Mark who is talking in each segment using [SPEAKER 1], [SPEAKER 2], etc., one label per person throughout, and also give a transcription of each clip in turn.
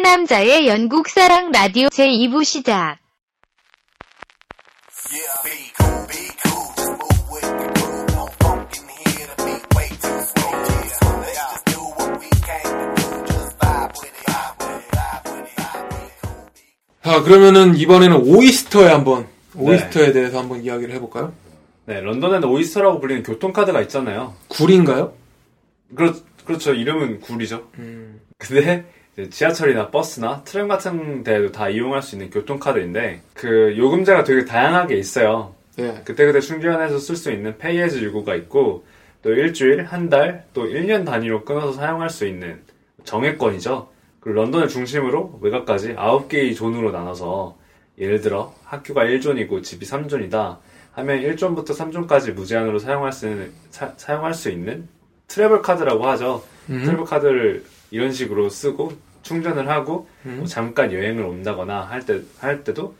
[SPEAKER 1] 상남자의 영국 사랑 라디오 제2부 시작.
[SPEAKER 2] Yeah, be cool, be cool. Just move with the groove. No funk in here. The beat way too slow. Yeah, let's just do what we came to do. Just vibe with it, vibe with it, vibe with it, vibe with it.
[SPEAKER 3] 자, 그러면은 이번에는 오이스터에 한번, 오이스터에 대해서 한번 이야기를 해볼까요?
[SPEAKER 4] 네, 런던에는 오이스터라고 불리는 교통카드가 있잖아요.
[SPEAKER 3] 굴인가요?
[SPEAKER 4] 그렇, 그렇죠. 이름은 굴이죠. 근데 이제 지하철이나 버스나 트램 같은 데도 다 이용할 수 있는 교통카드인데 그 요금제가 되게 다양하게 있어요.
[SPEAKER 3] 예.
[SPEAKER 4] 그때그때 충전해서 쓸 수 있는 페이에즈 유고가 있고 또 일주일, 한 달, 또 1년 단위로 끊어서 사용할 수 있는 정액권이죠. 그리고 런던을 중심으로 외곽까지 9개의 존으로 나눠서 예를 들어 학교가 1존이고 집이 3존이다 하면 1존부터 3존까지 무제한으로 사용할 수 있는, 사, 사용할 수 있는 트래블 카드라고 하죠. 트래블 카드를 이런 식으로 쓰고 충전을 하고 뭐 잠깐 여행을 온다거나 할 때 할 때도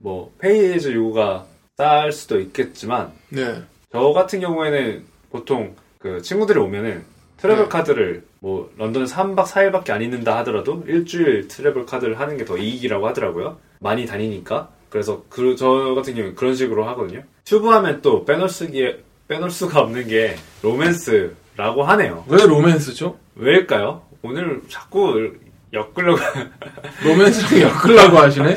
[SPEAKER 4] 뭐 페이에즈 요구가 쌓을 수도 있겠지만
[SPEAKER 3] 네.
[SPEAKER 4] 저 같은 경우에는 보통 그 친구들이 오면은 트래블
[SPEAKER 3] 네.
[SPEAKER 4] 카드를 뭐 런던에서 3박 4일밖에 안 있는다 하더라도 일주일 트래블 카드를 하는 게 더 이익이라고 하더라고요. 많이 다니니까. 그래서 그, 저 같은 경우는 그런 식으로 하거든요. 튜브하면 또 빼놓을 수기에, 빼놓을 수가 없는 게 로맨스라고 하네요.
[SPEAKER 3] 왜 로맨스죠?
[SPEAKER 4] 왜일까요? 오늘 자꾸 엮으려고
[SPEAKER 3] 로맨스랑 엮으려고 하시네?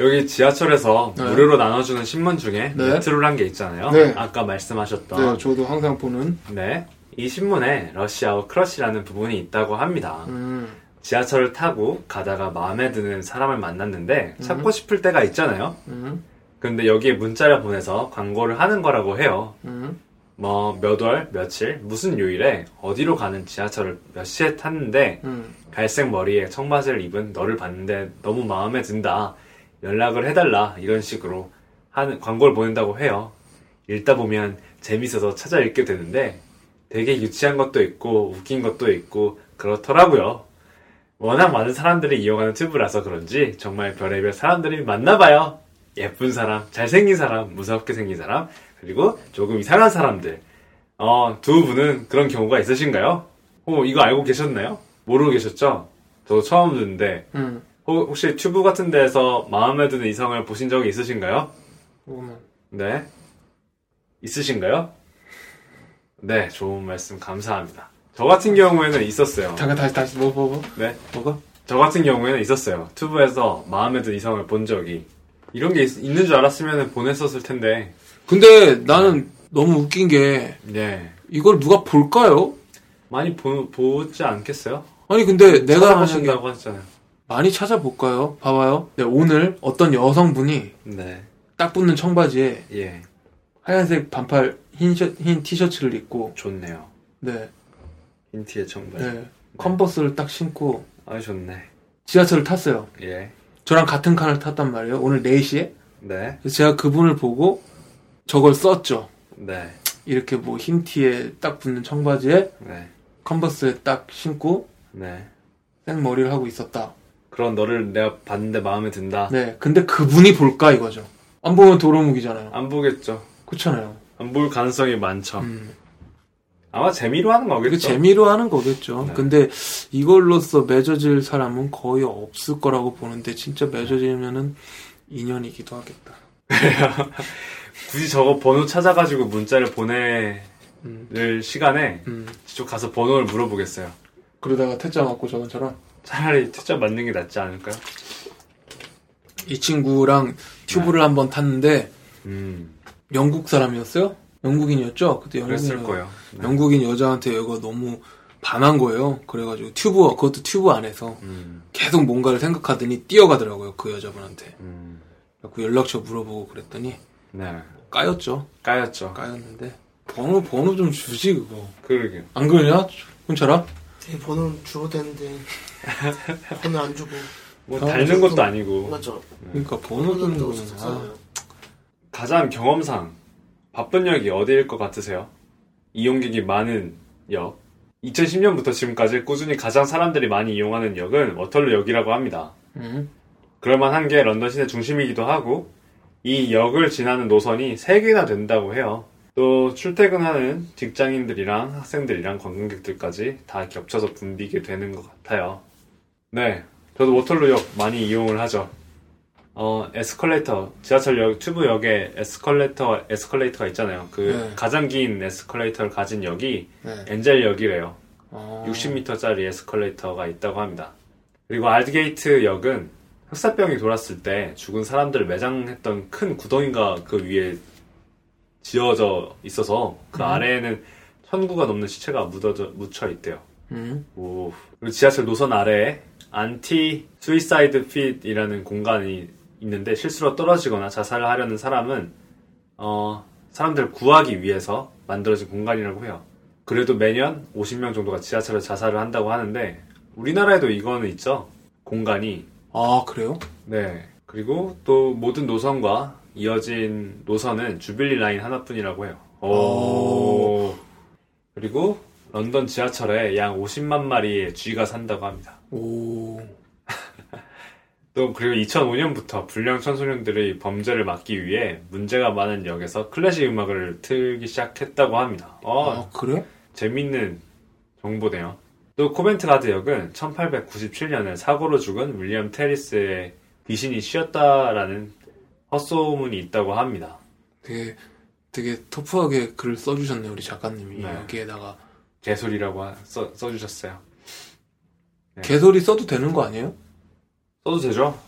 [SPEAKER 4] 여기 지하철에서
[SPEAKER 3] 네.
[SPEAKER 4] 무료로 나눠주는 신문 중에
[SPEAKER 3] 네.
[SPEAKER 4] 메트로란 게 있잖아요.
[SPEAKER 3] 네.
[SPEAKER 4] 아까 말씀하셨던
[SPEAKER 3] 네, 저도 항상 보는.
[SPEAKER 4] 네. 이 신문에 러시아어 크러쉬라는 부분이 있다고 합니다.
[SPEAKER 3] 음.
[SPEAKER 4] 지하철을 타고 가다가 마음에 드는 사람을 만났는데 찾고 싶을 때가 있잖아요.
[SPEAKER 3] 음.
[SPEAKER 4] 근데 여기에 문자를 보내서 광고를 하는 거라고 해요.
[SPEAKER 3] 음.
[SPEAKER 4] 뭐 몇 월, 며칠, 무슨 요일에 어디로 가는 지하철을 몇 시에 탔는데
[SPEAKER 3] 음.
[SPEAKER 4] 갈색 머리에 청바지를 입은 너를 봤는데 너무 마음에 든다. 연락을 해달라. 이런 식으로 하는 광고를 보낸다고 해요. 읽다 보면 재밌어서 찾아 읽게 되는데 되게 유치한 것도 있고 웃긴 것도 있고 그렇더라고요. 워낙 많은 사람들이 이용하는 튜브라서 그런지 정말 별의별 사람들이 만나봐요. 예쁜 사람, 잘생긴 사람, 무섭게 생긴 사람, 그리고 조금 이상한 사람들. 어, 두 분은 그런 경우가 있으신가요? 어, 이거 알고 계셨나요? 모르고 계셨죠? 저도 처음 듣는데,
[SPEAKER 3] 음.
[SPEAKER 4] 호- 혹시 튜브 같은 데에서 마음에 드는 이성을 보신 적이 있으신가요?
[SPEAKER 3] 조금만.
[SPEAKER 4] 네. 있으신가요? 네, 좋은 말씀 감사합니다. 저 같은 경우에는 있었어요.
[SPEAKER 3] 잠깐, 다시, 다시, 뭐, 뭐, 뭐.
[SPEAKER 4] 네.
[SPEAKER 3] 뭐가?
[SPEAKER 4] 저 같은 경우에는 있었어요. 튜브에서 마음에 든 이성을 본 적이. 이런 게 있, 는줄 알았으면 보냈었을 텐데.
[SPEAKER 3] 근데 나는 너무 웃긴 게,
[SPEAKER 4] 네.
[SPEAKER 3] 이걸 누가 볼까요?
[SPEAKER 4] 많이 보, 보지 않겠어요?
[SPEAKER 3] 아니, 근데 내가 하신 게
[SPEAKER 4] 하신다고 하잖아요.
[SPEAKER 3] 많이 찾아볼까요? 봐봐요. 네, 오늘 어떤 여성분이
[SPEAKER 4] 네.
[SPEAKER 3] 딱 붙는 청바지에
[SPEAKER 4] 예.
[SPEAKER 3] 하얀색 반팔 흰, 셔, 흰 티셔츠를 입고,
[SPEAKER 4] 좋네요.
[SPEAKER 3] 네,
[SPEAKER 4] 힌트의 청바지.
[SPEAKER 3] 네, 컨버스를 딱 신고,
[SPEAKER 4] 아, 좋네.
[SPEAKER 3] 지하철을 탔어요.
[SPEAKER 4] 예.
[SPEAKER 3] 저랑 같은 칸을 탔단 말이에요. 오늘 4시에.
[SPEAKER 4] 네.
[SPEAKER 3] 그래서 제가 그분을 보고 저걸 썼죠.
[SPEAKER 4] 네.
[SPEAKER 3] 이렇게 뭐 흰티에 딱 붙는 청바지에
[SPEAKER 4] 네.
[SPEAKER 3] 컨버스에 딱 신고
[SPEAKER 4] 네.
[SPEAKER 3] 생머리를 하고 있었다.
[SPEAKER 4] 그런 너를 내가 봤는데 마음에 든다.
[SPEAKER 3] 네. 근데 그분이 볼까 이거죠. 안 보면 도로묵이잖아요.
[SPEAKER 4] 안 보겠죠.
[SPEAKER 3] 그렇잖아요.
[SPEAKER 4] 안 볼 가능성이 많죠.
[SPEAKER 3] 음.
[SPEAKER 4] 아마 재미로 하는
[SPEAKER 3] 이거
[SPEAKER 4] 거겠죠.
[SPEAKER 3] 재미로 하는 거겠죠.
[SPEAKER 4] 그렇죠. 네.
[SPEAKER 3] 근데 이걸로써 맺어질 사람은 거의 없을 거라고 보는데 진짜 맺어지면은 인연이기도 하겠다.
[SPEAKER 4] 굳이 저거 번호 찾아가지고 문자를 보낼
[SPEAKER 3] 음.
[SPEAKER 4] 시간에
[SPEAKER 3] 음.
[SPEAKER 4] 직접 가서 번호를 물어보겠어요.
[SPEAKER 3] 그러다가 퇴짜 맞고 저번처럼
[SPEAKER 4] 차라리 퇴짜 맞는 게 낫지 않을까요?
[SPEAKER 3] 이 친구랑
[SPEAKER 4] 네.
[SPEAKER 3] 튜브를 한번 탔는데
[SPEAKER 4] 음,
[SPEAKER 3] 영국 사람이었어요? 영국인이었죠? 그때 영국인
[SPEAKER 4] 그랬을 거예요. 네.
[SPEAKER 3] 영국인 여자한테 얘가 너무 반한 거예요. 그래가지고 튜브 그것도 튜브 안에서
[SPEAKER 4] 음,
[SPEAKER 3] 계속 뭔가를 생각하더니 뛰어가더라고요 그 여자분한테.
[SPEAKER 4] 음,
[SPEAKER 3] 그래갖고 연락처 물어보고 그랬더니
[SPEAKER 4] 네.
[SPEAKER 3] 까였죠.
[SPEAKER 4] 까였죠.
[SPEAKER 3] 까였는데 번호 번호 좀 주지 그거.
[SPEAKER 4] 그러게.
[SPEAKER 3] 안 그러냐? 혼자라?
[SPEAKER 4] 네.
[SPEAKER 5] 되게 번호는 주고 되는데 번호 안 주고
[SPEAKER 4] 뭐
[SPEAKER 3] 아,
[SPEAKER 4] 닳는 것도 아니고
[SPEAKER 5] 맞죠?
[SPEAKER 3] 그러니까 번호
[SPEAKER 5] 번호는
[SPEAKER 3] 주는
[SPEAKER 5] 너무
[SPEAKER 3] 거는 아,
[SPEAKER 5] 속상해요.
[SPEAKER 4] 가장 경험상 바쁜 역이 어디일 것 같으세요? 이용객이 많은 역. 2010년부터 지금까지 꾸준히 가장 사람들이 많이 이용하는 역은 워털루 역이라고 합니다.
[SPEAKER 3] 음.
[SPEAKER 4] 그럴만한 게 런던 시내 중심이기도 하고 이 역을 지나는 노선이 3개나 된다고 해요. 또 출퇴근하는 직장인들이랑 학생들이랑 관광객들까지 다 겹쳐서 붐비게 되는 것 같아요. 네, 저도 워털루역 많이 이용을 하죠. 어, 에스컬레이터, 지하철역, 튜브역에 에스컬레이터, 에스컬레이터가 있잖아요. 그
[SPEAKER 3] 네.
[SPEAKER 4] 가장 긴 에스컬레이터를 가진 역이
[SPEAKER 3] 네.
[SPEAKER 4] 엔젤역이래요.
[SPEAKER 3] 어,
[SPEAKER 4] 60m짜리 에스컬레이터가 있다고 합니다. 그리고 알드게이트 역은 흑사병이 돌았을 때 죽은 사람들을 매장했던 큰 구덩이가 그 위에 지어져 있어서 그
[SPEAKER 3] 음.
[SPEAKER 4] 아래에는 천구가 넘는 시체가 묻어져, 묻혀 있대요.
[SPEAKER 3] 음.
[SPEAKER 4] 오. 그리고 지하철 노선 아래에 안티 스위사이드 핏이라는 공간이 있는데 실수로 떨어지거나 자살을 하려는 사람은 어, 사람들을 구하기 위해서 만들어진 공간이라고 해요. 그래도 매년 50명 정도가 지하철에 자살을 한다고 하는데 우리나라에도 이거는 있죠. 공간이
[SPEAKER 3] 아, 그래요?
[SPEAKER 4] 네. 그리고 또 모든 노선과 이어진 노선은 주빌리 라인 하나뿐이라고 해요. 오. 그리고 런던 지하철에 약 50만 마리의 쥐가 산다고 합니다.
[SPEAKER 3] 오.
[SPEAKER 4] 또 그리고 2005년부터 불량 청소년들의 범죄를 막기 위해 문제가 많은 역에서 클래식 음악을 틀기 시작했다고 합니다. 어,
[SPEAKER 3] 아, 그래?
[SPEAKER 4] 재밌는 정보네요. 또 코벤트 가드 역은 1897년에 사고로 죽은 윌리엄 테리스의 귀신이 쉬었다라는 헛소문이 있다고 합니다.
[SPEAKER 3] 되게, 되게 터프하게 글을 써주셨네, 요 우리 작가님이.
[SPEAKER 4] 네.
[SPEAKER 3] 여기에다가.
[SPEAKER 4] 개소리라고 하- 써, 써주셨어요. 네.
[SPEAKER 3] 개소리 써도 되는 거 아니에요?
[SPEAKER 4] 써도 되죠?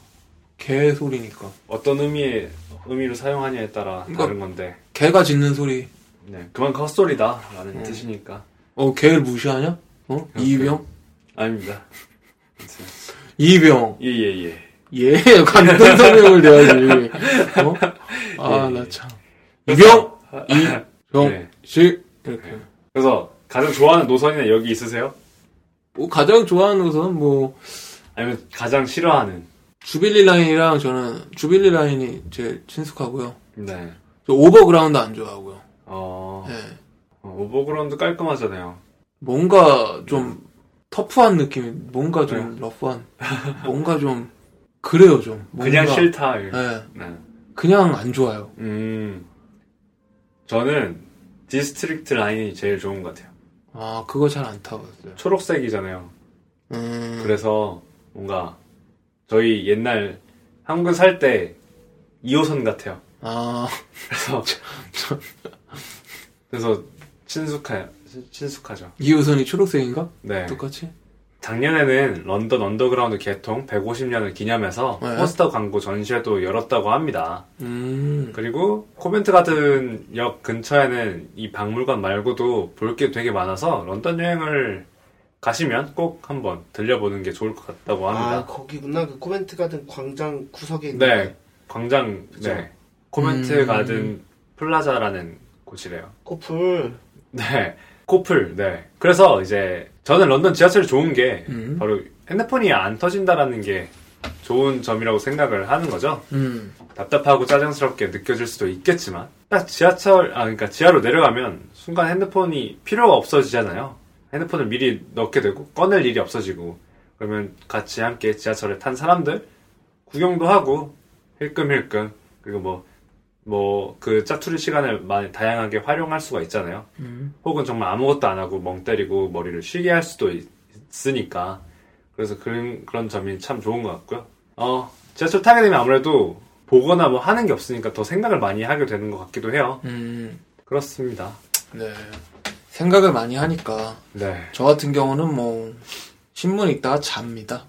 [SPEAKER 3] 개소리니까.
[SPEAKER 4] 어떤 의미의 의미로 사용하냐에 따라
[SPEAKER 3] 이거-
[SPEAKER 4] 다른 건데
[SPEAKER 3] 개가 짖는 소리.
[SPEAKER 4] 네, 그만큼 헛소리다라는 뜻이니까
[SPEAKER 3] 어, 개를 무시하냐? 어?
[SPEAKER 4] 네.
[SPEAKER 3] 이병?
[SPEAKER 4] 아닙니다.
[SPEAKER 3] 이병.
[SPEAKER 4] 예예예.
[SPEAKER 3] 예, 같은 설명을 내야지. 어? 아,
[SPEAKER 4] 예, 아,
[SPEAKER 3] 나
[SPEAKER 4] 예.
[SPEAKER 3] 참. 이병! 이병!
[SPEAKER 4] 네.
[SPEAKER 3] 씨! 이렇게.
[SPEAKER 4] 그래서 가장 좋아하는 노선이나 여기 있으세요?
[SPEAKER 3] 뭐, 가장 좋아하는 것은 뭐,
[SPEAKER 4] 아니면 가장 싫어하는?
[SPEAKER 3] 주빌리 라인이랑 저는, 주빌리 라인이 제일 친숙하고요.
[SPEAKER 4] 네.
[SPEAKER 3] 저 오버그라운드 안 좋아하고요.
[SPEAKER 4] 어,
[SPEAKER 3] 예.
[SPEAKER 4] 어, 오버그라운드 깔끔하잖아요.
[SPEAKER 3] 뭔가 좀
[SPEAKER 4] 네.
[SPEAKER 3] 터프한 느낌이, 뭔가 좀 러프한, 뭔가 좀 그래요 좀. 뭔가.
[SPEAKER 4] 그냥 싫다. 이렇게.
[SPEAKER 3] 예,
[SPEAKER 4] 네.
[SPEAKER 3] 그냥 안 좋아요.
[SPEAKER 4] 음, 저는 디스트릭트 라인이 제일 좋은 것 같아요.
[SPEAKER 3] 아 그거 잘 안 타봤어요.
[SPEAKER 4] 초록색이잖아요.
[SPEAKER 3] 음,
[SPEAKER 4] 그래서 뭔가 저희 옛날 한국에 살 때 2호선 같아요.
[SPEAKER 3] 아
[SPEAKER 4] 그래서 그래서 친숙하 친숙하죠.
[SPEAKER 3] 이호선이 초록색인가?
[SPEAKER 4] 네.
[SPEAKER 3] 똑같이?
[SPEAKER 4] 작년에는 런던 언더그라운드 개통 150년을 기념해서
[SPEAKER 3] 네.
[SPEAKER 4] 포스터 광고 전시회도 열었다고 합니다.
[SPEAKER 3] 음,
[SPEAKER 4] 그리고 코벤트 가든 역 근처에는 이 박물관 말고도 볼 게 되게 많아서 런던 여행을 가시면 꼭 한번 들려보는 게 좋을 것 같다고
[SPEAKER 5] 아
[SPEAKER 4] 합니다.
[SPEAKER 5] 거기구나 그 코벤트 가든 광장 구석에 있는
[SPEAKER 4] 네, 광장
[SPEAKER 5] 그쵸?
[SPEAKER 4] 네 코벤트
[SPEAKER 3] 음.
[SPEAKER 4] 가든 플라자라는 곳이래요.
[SPEAKER 5] 코풀
[SPEAKER 4] 네, 코플. 네, 그래서 이제 저는 런던 지하철이 좋은 게
[SPEAKER 3] 음,
[SPEAKER 4] 바로 핸드폰이 안 터진다라는 게 좋은 점이라고 생각을 하는 거죠.
[SPEAKER 3] 음,
[SPEAKER 4] 답답하고 짜증스럽게 느껴질 수도 있겠지만 딱 지하철 아 그러니까 지하로 내려가면 순간 핸드폰이 필요가 없어지잖아요. 핸드폰을 미리 넣게 되고 꺼낼 일이 없어지고 그러면 같이 함께 지하철에 탄 사람들 구경도 하고 힐끔힐끔 그리고 뭐 뭐 그 짜투리 시간을 많이 다양하게 활용할 수가 있잖아요.
[SPEAKER 3] 음.
[SPEAKER 4] 혹은 정말 아무것도 안 하고 멍 때리고 머리를 쉬게 할 수도 있- 있으니까 그래서 그런 그런 점이 참 좋은 것 같고요. 어 지하철 타게 되면 아무래도 보거나 뭐 하는 게 없으니까 더 생각을 많이 하게 되는 것 같기도 해요.
[SPEAKER 3] 음,
[SPEAKER 4] 그렇습니다.
[SPEAKER 3] 네. 생각을 많이 하니까
[SPEAKER 4] 네.
[SPEAKER 3] 저 같은 경우는 뭐 신문 읽다가 잡니다.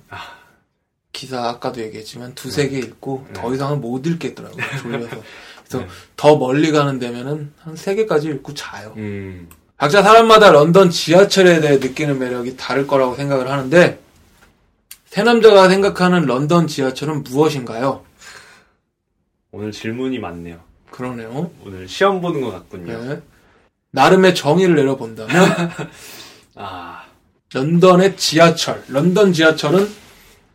[SPEAKER 3] 기사 아까도 얘기했지만 두세 개 읽고 더 이상은 못 읽겠더라고요. 졸려서. 그래서 더 멀리 가는 데면은 한 세 개까지 읽고 자요.
[SPEAKER 4] 음.
[SPEAKER 3] 각자 사람마다 런던 지하철에 대해 느끼는 매력이 다를 거라고 생각을 하는데 새 남자가 생각하는 런던 지하철은 무엇인가요?
[SPEAKER 4] 오늘 질문이 많네요.
[SPEAKER 3] 그러네요.
[SPEAKER 4] 오늘 시험 보는 것 같군요.
[SPEAKER 3] 네. 나름의 정의를 내려본다면
[SPEAKER 4] 아
[SPEAKER 3] 런던의 지하철, 런던 지하철은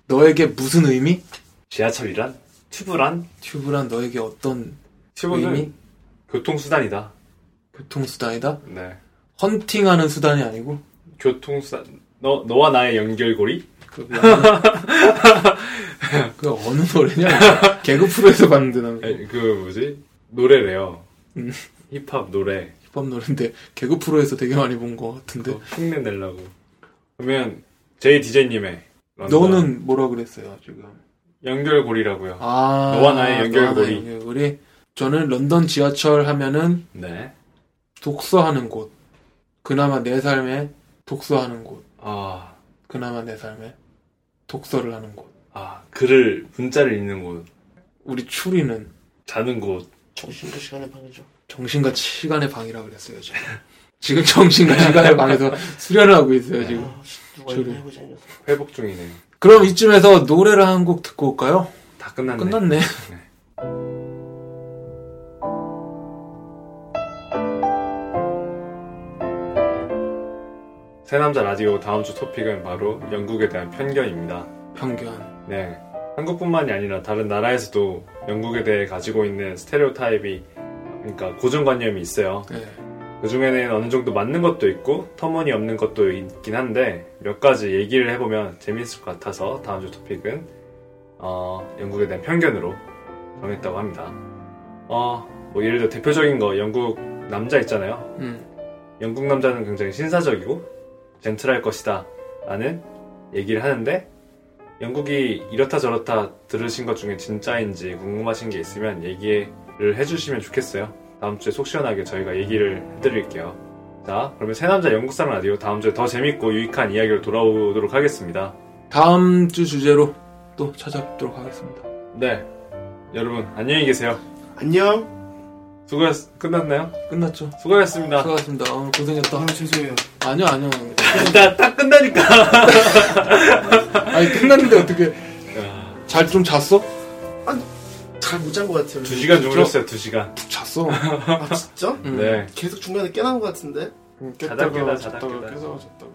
[SPEAKER 3] 너에게 무슨 의미?
[SPEAKER 4] 지하철이란 튜브란
[SPEAKER 3] 튜브란 너에게 어떤 의미?
[SPEAKER 4] 튜브는 교통 수단이다.
[SPEAKER 3] 교통수단이다?
[SPEAKER 4] 네.
[SPEAKER 3] 헌팅하는 수단이 아니고?
[SPEAKER 4] 교통 수단 너 너와 나의 연결고리
[SPEAKER 3] 그, 뭐야. 그 어느 노래냐? 개그 프로에서 봤는데 난
[SPEAKER 4] 아니, 그 뭐지 노래래요.
[SPEAKER 3] 음.
[SPEAKER 4] 힙합 노래.
[SPEAKER 3] 힙합 노래인데 개그 프로에서 되게 많이 본 것 같은데
[SPEAKER 4] 흉내 내려고. 그러면 제이 디제이님의 런던.
[SPEAKER 3] 너는 뭐라 그랬어요 지금?
[SPEAKER 4] 연결고리라고요.
[SPEAKER 3] 아
[SPEAKER 4] 너와 나의 연결고리.
[SPEAKER 3] 너와 나의 연결고리. 저는 런던 지하철 하면은
[SPEAKER 4] 네.
[SPEAKER 3] 독서하는 곳. 그나마 내 삶에 독서하는 곳.
[SPEAKER 4] 아,
[SPEAKER 3] 그나마 내 삶에 독서를 하는 곳.
[SPEAKER 4] 아 글을 문자를 읽는 곳,
[SPEAKER 3] 우리 추리는
[SPEAKER 4] 자는 곳.
[SPEAKER 5] 정신과 시간의 방이죠.
[SPEAKER 3] 정신과 시간의 방이라고 그랬어요 지금. 지금 정신과 시간의 방에서 수련을 하고 있어요 지금.
[SPEAKER 5] 아, 누가
[SPEAKER 3] 저기.
[SPEAKER 5] 이거 해보자 이거.
[SPEAKER 4] 회복 중이네요.
[SPEAKER 3] 그럼 이쯤에서 노래를 한 곡 듣고 올까요?
[SPEAKER 4] 다 끝났네.
[SPEAKER 3] 끝났네.
[SPEAKER 4] 새 남자 라디오 다음 주 토픽은 바로 영국에 대한 편견입니다.
[SPEAKER 3] 편견.
[SPEAKER 4] 네. 한국뿐만이 아니라 다른 나라에서도 영국에 대해 가지고 있는 스테레오타입이 그러니까 고정관념이 있어요.
[SPEAKER 3] 네.
[SPEAKER 4] 그 중에는 어느 정도 맞는 것도 있고 터무니없는 것도 있긴 한데 몇 가지 얘기를 해보면 재밌을 것 같아서 다음 주 토픽은 어, 영국에 대한 편견으로 정했다고 합니다. 어, 뭐 예를 들어 대표적인 거 영국 남자 있잖아요.
[SPEAKER 3] 음.
[SPEAKER 4] 영국 남자는 굉장히 신사적이고 젠틀할 것이다 라는 얘기를 하는데 영국이 이렇다 저렇다 들으신 것 중에 진짜인지 궁금하신 게 있으면 얘기를 해주시면 좋겠어요 다음 주에 속 시원하게 저희가 얘기를 해드릴게요 자 그러면 새남자 영국사랑 라디오 다음 주에 더 재밌고 유익한 이야기로 돌아오도록 하겠습니다
[SPEAKER 3] 다음 주 주제로 또 찾아뵙도록 하겠습니다.
[SPEAKER 4] 네 여러분 안녕히 계세요
[SPEAKER 5] 안녕.
[SPEAKER 4] 수고했 끝났나요?
[SPEAKER 3] 끝났죠?
[SPEAKER 4] 수고하셨습니다
[SPEAKER 3] 수고하셨습니다. 오늘
[SPEAKER 5] 아,
[SPEAKER 3] 고생했다.
[SPEAKER 5] 죄송해요.
[SPEAKER 3] 아니요, 아니요.
[SPEAKER 4] 나 딱 끝나니까
[SPEAKER 3] 아니, 끝났는데 어떻게. 잘 좀 잤어?
[SPEAKER 5] 잘 못 잔 것 같아요.
[SPEAKER 4] 2시간 주무셨어요 2시간
[SPEAKER 3] 푹 잤어.
[SPEAKER 5] 아 진짜?
[SPEAKER 3] 음.
[SPEAKER 4] 네
[SPEAKER 5] 계속 중간에 깨난 것 같은데.
[SPEAKER 3] 음,
[SPEAKER 4] 자다 깨다, 자다
[SPEAKER 3] 잤다가
[SPEAKER 4] 깨다.
[SPEAKER 3] 깨서 잤다가.